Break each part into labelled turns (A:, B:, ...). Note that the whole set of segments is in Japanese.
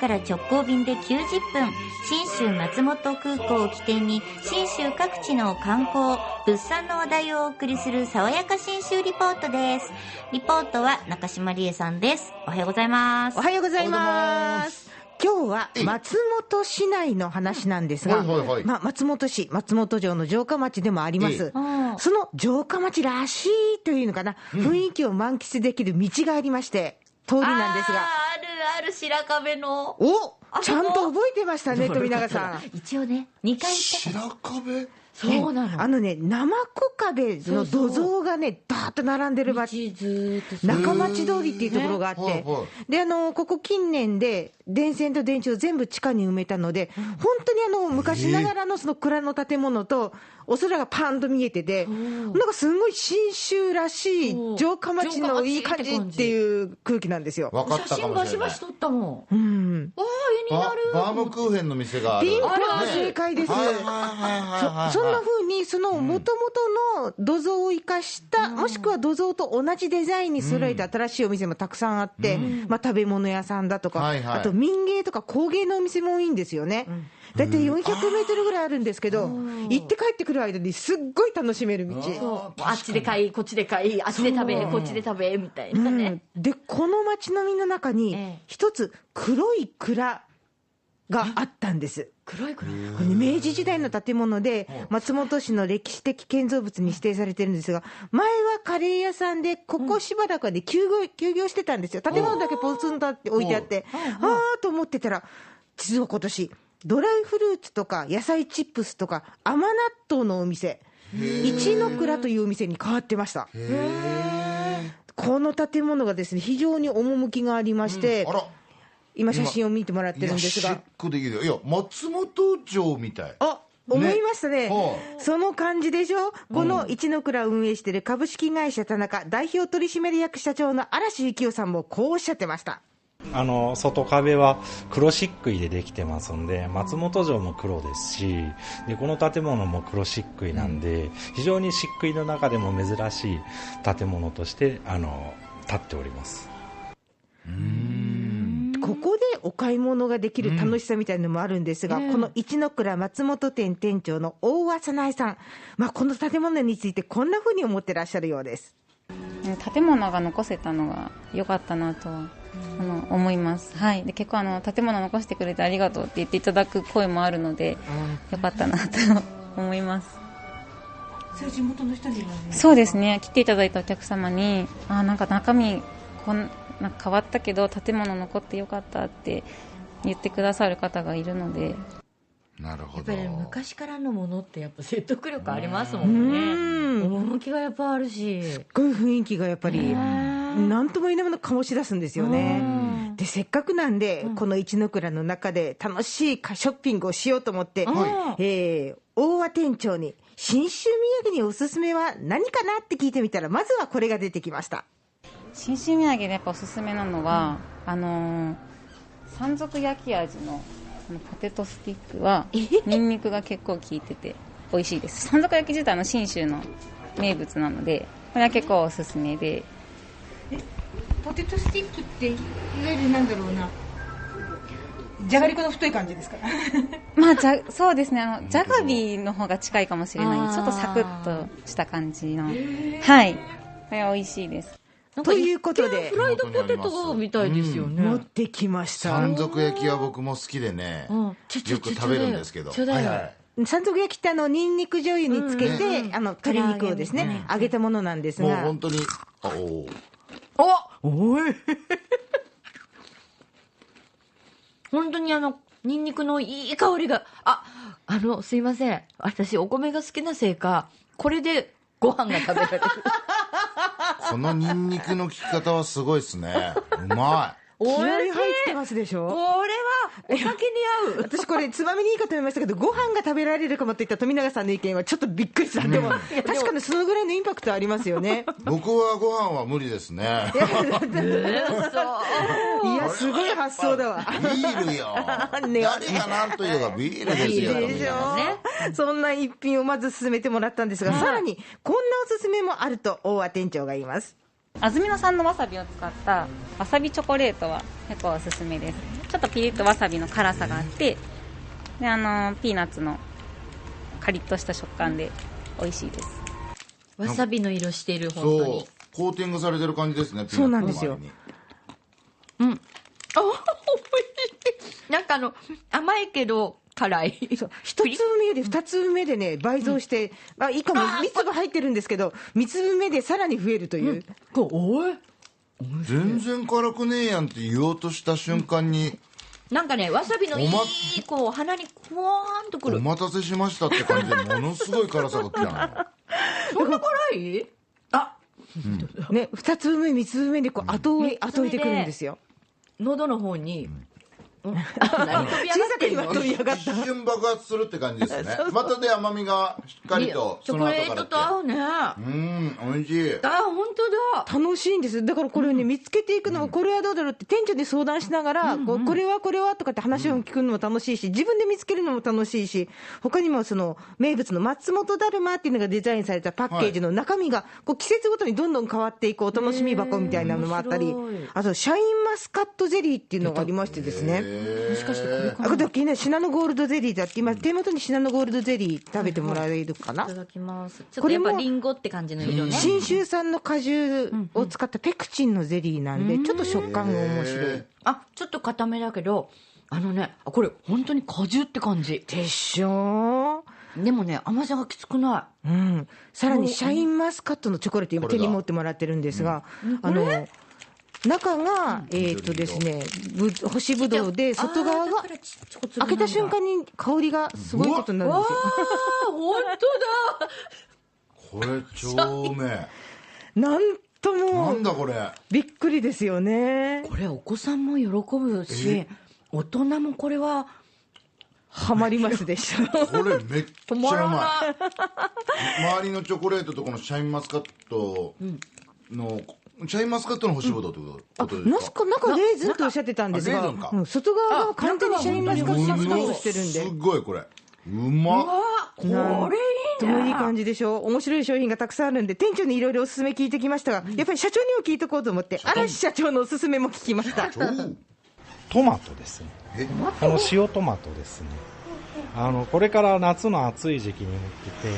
A: から直行便で90分、新州松本空港を起点に、新州各地の観光、物産の話題をお送りする、爽やか新州リポートです。リポートは中島理恵さんです。おはようございます。
B: おはようございます。今日は松本市内の話なんですが、
C: はいはいはい
B: まあ、松本市、松本城の城下町でもあります。
A: ええ
B: その城下町らしいというのかな、雰囲気を満喫できる道がありまして、通りなんです
A: あ
B: が、
A: ーあるある白壁の。
B: お
A: あ
B: ちゃんと覚えてましたね、富永さん。
A: 一応ね、2回行った。
C: 白壁
A: そうなの。
B: あのね、生小壁の土蔵がね、ダーッと並んでる場所
A: 一ずーっとそう
B: 中町通りっていうところがあって、
C: へーねはいはい
B: であのここ近年で電線と電柱を全部地下に埋めたので、本当にあの昔ながらのその蔵の建物と、お空がパーンと見えてて、なんかすごい信州らしい
A: おー
B: 城下町のいい
A: 城
B: 感
A: 下町って
B: じ
A: 感じ
B: っていう空気なんですよ。
C: 分かっ
A: 写
C: たか
A: 真
C: も
A: バ
C: し
A: シ
C: れな
A: バ
C: い
A: シ撮ったもん。
B: うん、
A: わあ、絵にな
C: バ
A: る。
C: バームクーヘンの店がある
B: ピンク
A: あるあ
B: が
A: る
B: 正解です。
C: はいはいはいはいはい
B: そんな風にその元々の土蔵を生かした、もしくは土蔵と同じデザインに揃えた新しいお店もたくさんあって、まあ、食べ物屋さんだとか、
C: はいはい
B: あと民芸とか工芸のお店も多いんですよね、だいたい400メートルぐらいあるんですけど、行って帰ってくる間にすっごい楽しめる道。
A: そうあっちで買い、こっちで買い、あっちで食べ、こっちで食べ、みたいうなね
B: ん。でこの街並みの中
A: え
B: に
A: え
B: 一つ黒い蔵があったんです。
A: 黒い黒い。
B: これね明治時代の建物で、松本市の歴史的建造物に指定されてるんですが、前はカレー屋さんで、ここしばらくはね、休業休業してたんですよ、建物だけポツンとあって置いてあって、あーと思ってたら、実は今年ドライフルーツとか野菜チップスとか、甘納豆のお店、一の蔵というお店に変わってました。この建物がですね、非常に趣がありまして、
C: あら
B: 今、写真を見てもらって
C: い
B: るん
C: や
B: です
C: シ
B: が
C: ッ。クできるいや松本城みたい
B: あ思いましたね
C: は
B: その感じでしょ、この一の蔵を運営している株式会社田中代表取締役社長の嵐幸夫さんもこうおっしゃってました。
D: あの外壁は黒漆喰でできてますんで松本城も黒ですしでこの建物も黒漆喰なんで、非常に漆喰の中でも珍しい建物としてあの立っております
B: ここでお買い物ができる楽しさみたいなのもあるんですが、この一の倉松本店店長の大和早苗さん、まあ、この建物についてこんなふうに思ってらっしゃるようです。
E: ね建物が残せたのが良かったなとは、あの思います、はい、で結構あの建物残してくれてありがとうって言っていただく声もあるので良かったなと思いますそうですね来ていただいたお客様にあーなんか中身こんなんか変わったけど建物残って良かったって言ってくださる方がいるので
C: なるほ
A: やっぱ
C: ど
A: りね昔からのものってやっぱ説得力ありますも
B: うん
A: ね。
B: ん
A: 趣がやっぱあるし。
B: すっごい雰囲気がやっぱり、
A: ね
B: なんとも言えないもの醸し出すんですよね。で、せっかくなんで、この一の蔵の中で楽しいかショッピングをしようと思って、
A: はい
B: えー大和店長に、新州土産におすすめは何かなって聞いてみたら、まずはこれが出てきました。
E: 新州土産でやっぱおすすめなのは、あのー山賊焼き味のあのポテトスティックはニンニクが結構効いてて美味しいです山賊焼き自体の信州の名物なのでこれは結構おすすめで
F: ポテトスティックっていわゆるなんだろうなじゃがりこの太い感じですか
E: まあじゃそうですねあのジャガビーの方が近いかもしれ
A: あ
E: な
A: ー
E: いちょっとサクッとした感じのはいこれは美味しいです
B: ということで
A: フ、ライドポテトみたいですよね。
B: 持ってきました。
C: 山賊焼きは僕も好きでね
A: うん
C: よ
A: ちょ
C: く
A: ちょちょ
C: 食べるんですけど
A: ちょだよ
C: はいはい
B: 山賊焼きってあの、ニンニク醤油につけて、あの、鶏肉をですね、揚げたものなんです
C: もう
B: が、
C: 本当にあおー
A: あおい本当にあの、ニンニクのいい香りが、あ、あの、すいません。私、お米が好きなせいか、これでご飯が食べられる。
C: このニンニクの効き方はすごいですねうま
A: おいし
B: 気合い
A: い
B: 入ってますでしょ
A: これは、お酒に合う。
B: 私これつまみにいいかと思いましたけどご飯が食べられるかもって言った富永さんの意見はちょっとびっくりしたでも確かにそのぐらいのインパクトありますよね
C: い僕はご飯は無理ですね
B: いやすごい発想だわ
C: ビール よ
B: ね
C: 誰がなんと言うかビールですよ
B: いいでし
C: 富永さん
B: ょ、そんな一品をまず勧めてもらったんですが、さらにこんなおすすめもあると大和店長が言います
E: 安曇野産のわさびを使ったわさびチョコレートは結構おすすめですちょっとピリッとわさびの辛さがあってであのーピーナッツのカリッとした食感で美味しいです
A: わさびの色してる、本当
C: そ
A: に。
C: うコーティングされてる感じですね
B: そうなんですよ
C: ピーナッツの
A: あ、美味しい。なんかあの、甘いけど、辛い。
B: そう一粒目より二粒目でね倍増して、あいいかも三粒入ってるんですけど三粒目でさらに増えるという、
A: こう、おい。
C: 周りに全然辛くねえやんって言おうとした瞬間に、
A: なんかね、わさびのい
C: おま
A: い、こう、鼻にふわーんとく
C: お
A: る。
C: 待たせしましたって感じでものすごい辛さが来た
A: そんな辛いあ、
B: ね二粒目三粒目でこう後追い、後追いでくるんですよ
A: 喉の方に。うんあ 何 飛び上がってんの
C: の一瞬爆発するって感じです ねまたで甘みがしっかりと
A: チ
C: そ
A: ョ
C: の
A: コ
C: 後
A: レー
C: から
A: ト
C: って
A: と合うね。あ、
C: うん美味しい
A: 本当だ。
B: 楽しいんですだからこれをね、見つけていくのもこれはどうだろうって店長に相談しながら、こうこれはこれはとかって話を聞くのも楽しいし自分で見つけるのも楽しいし他にもその名物の松本だるまっていうのがデザインされたパッケージの中身がこう季節ごとにどんどん変わっていくお楽しみ箱みたいなのもあったり、
A: へー面白い
B: あとシャインマスカットゼリーっていうのがありましてですね。
A: もしかしてこれか
B: あ
A: な
B: これね、シナノゴールドゼリーだって、今、手元にシナノゴールドゼリー食べてもらえるかない
A: た。だきます。ち
B: こ
A: ょっ
B: とれ
A: やっ
B: も
A: ぱリンゴって感じの色ね。
B: 信州産の果汁を使ったペクチンのゼリーなんで、ちょっと食感が面白い。
A: あ、ちょっと固めだけど、あのね、あこれ本当に果汁って感じ。
B: でしょ
A: でもね、甘さがきつくな
B: う、うん、さらにシャインマスカットのチョコレート、今、
C: これ
B: 手
C: だ
B: に持ってもらってるんですが、あの中が、えっ、とですね、ぶ干しぶ
A: い。
B: どうで、外側
A: あーだ
B: が
A: からちちょこ粒
B: 開けた瞬
A: なんだ
B: 間に香りがすごいことになるんですよ。
A: あー、本当だ。
C: これ超うめえ
B: なんと
C: な
B: も
C: んだこれ
B: びっくりですよね。
A: これお子さんも喜ぶし
C: え、
A: 大人もこれは
B: ハマりますでしょ。
C: これめっちゃ
A: 止
C: う
A: まら
C: ま
A: ない。
C: い周りのチョコレートとこのシャインマスカットの、シャインマスカットの干しぶどうってことことで
B: な
C: す
B: す
C: か
B: か中レーズンとおっしゃってたんです
C: あレ
B: が
C: ーズンか、
B: うん外側が完全にシャインマスカットが
C: う
B: 太
C: ま
B: くしてるん
C: す
B: で。
C: ごいこれうまっ
A: あ、これいい
B: どういい感じでしょう面白い商品がたくさんあるんで、店長にいろいろおすすめ聞いてきましたが、やっぱり社長にも聞いとこうと思って、嵐社長のおすすめも聞きました。
C: 超
D: トマトですね
C: え
D: この塩トマトですねあのこれから夏の暑い時期に向けて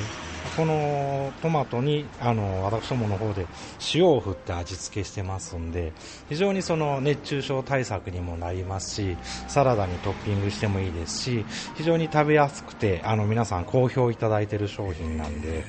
D: このトマトにあの私どもの方で塩を振って味付けしてますんで非常にその熱中症対策にもなりますしサラダにトッピングしてもいいですし非常に食べやすくてあの皆さん好評いただいてる商品なんで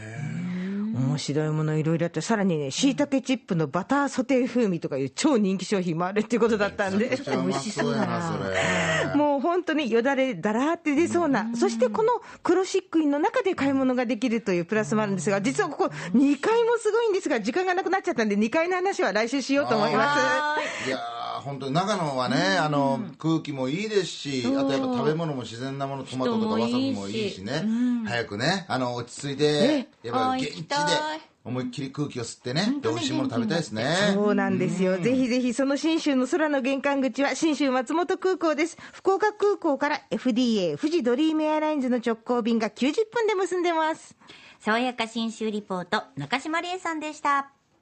B: 面白いものいろいろあって、さらにね、椎茸チップのバターソテー風味とかいう超人気商品もあるっていうことだったんで。
C: ちょっと美味しそうやなそれ
B: もう本当によだれだらーって出そうな、そしてこの黒漆喰の中で買い物ができるというプラスもあるんですが、実はここ、2階もすごいんですが、時間がなくなっちゃったんで、2階の話は来週しようと思いま
C: いやー本当に長野はね、あの空気もいいですし、あとやっぱ食べ物も自然なものトマトとか
A: 人
C: わさ
A: もいいし
C: びもいいしね早くねあの落ち着いてやっ
A: あ
C: ぱ
A: ー
C: 現地
A: 行き
C: で
A: たい
C: 思いっきり空気を吸ってねで美味しいもの食べたいですね
B: す。そうなんですよ。ぜひぜひ、その信州の空の玄関口は、信州松本空港です。福岡空港から FDA、富士ドリームエアラインズの直行便が90分で結んでます。
A: 爽やか新州リポート、中島理恵さんでした。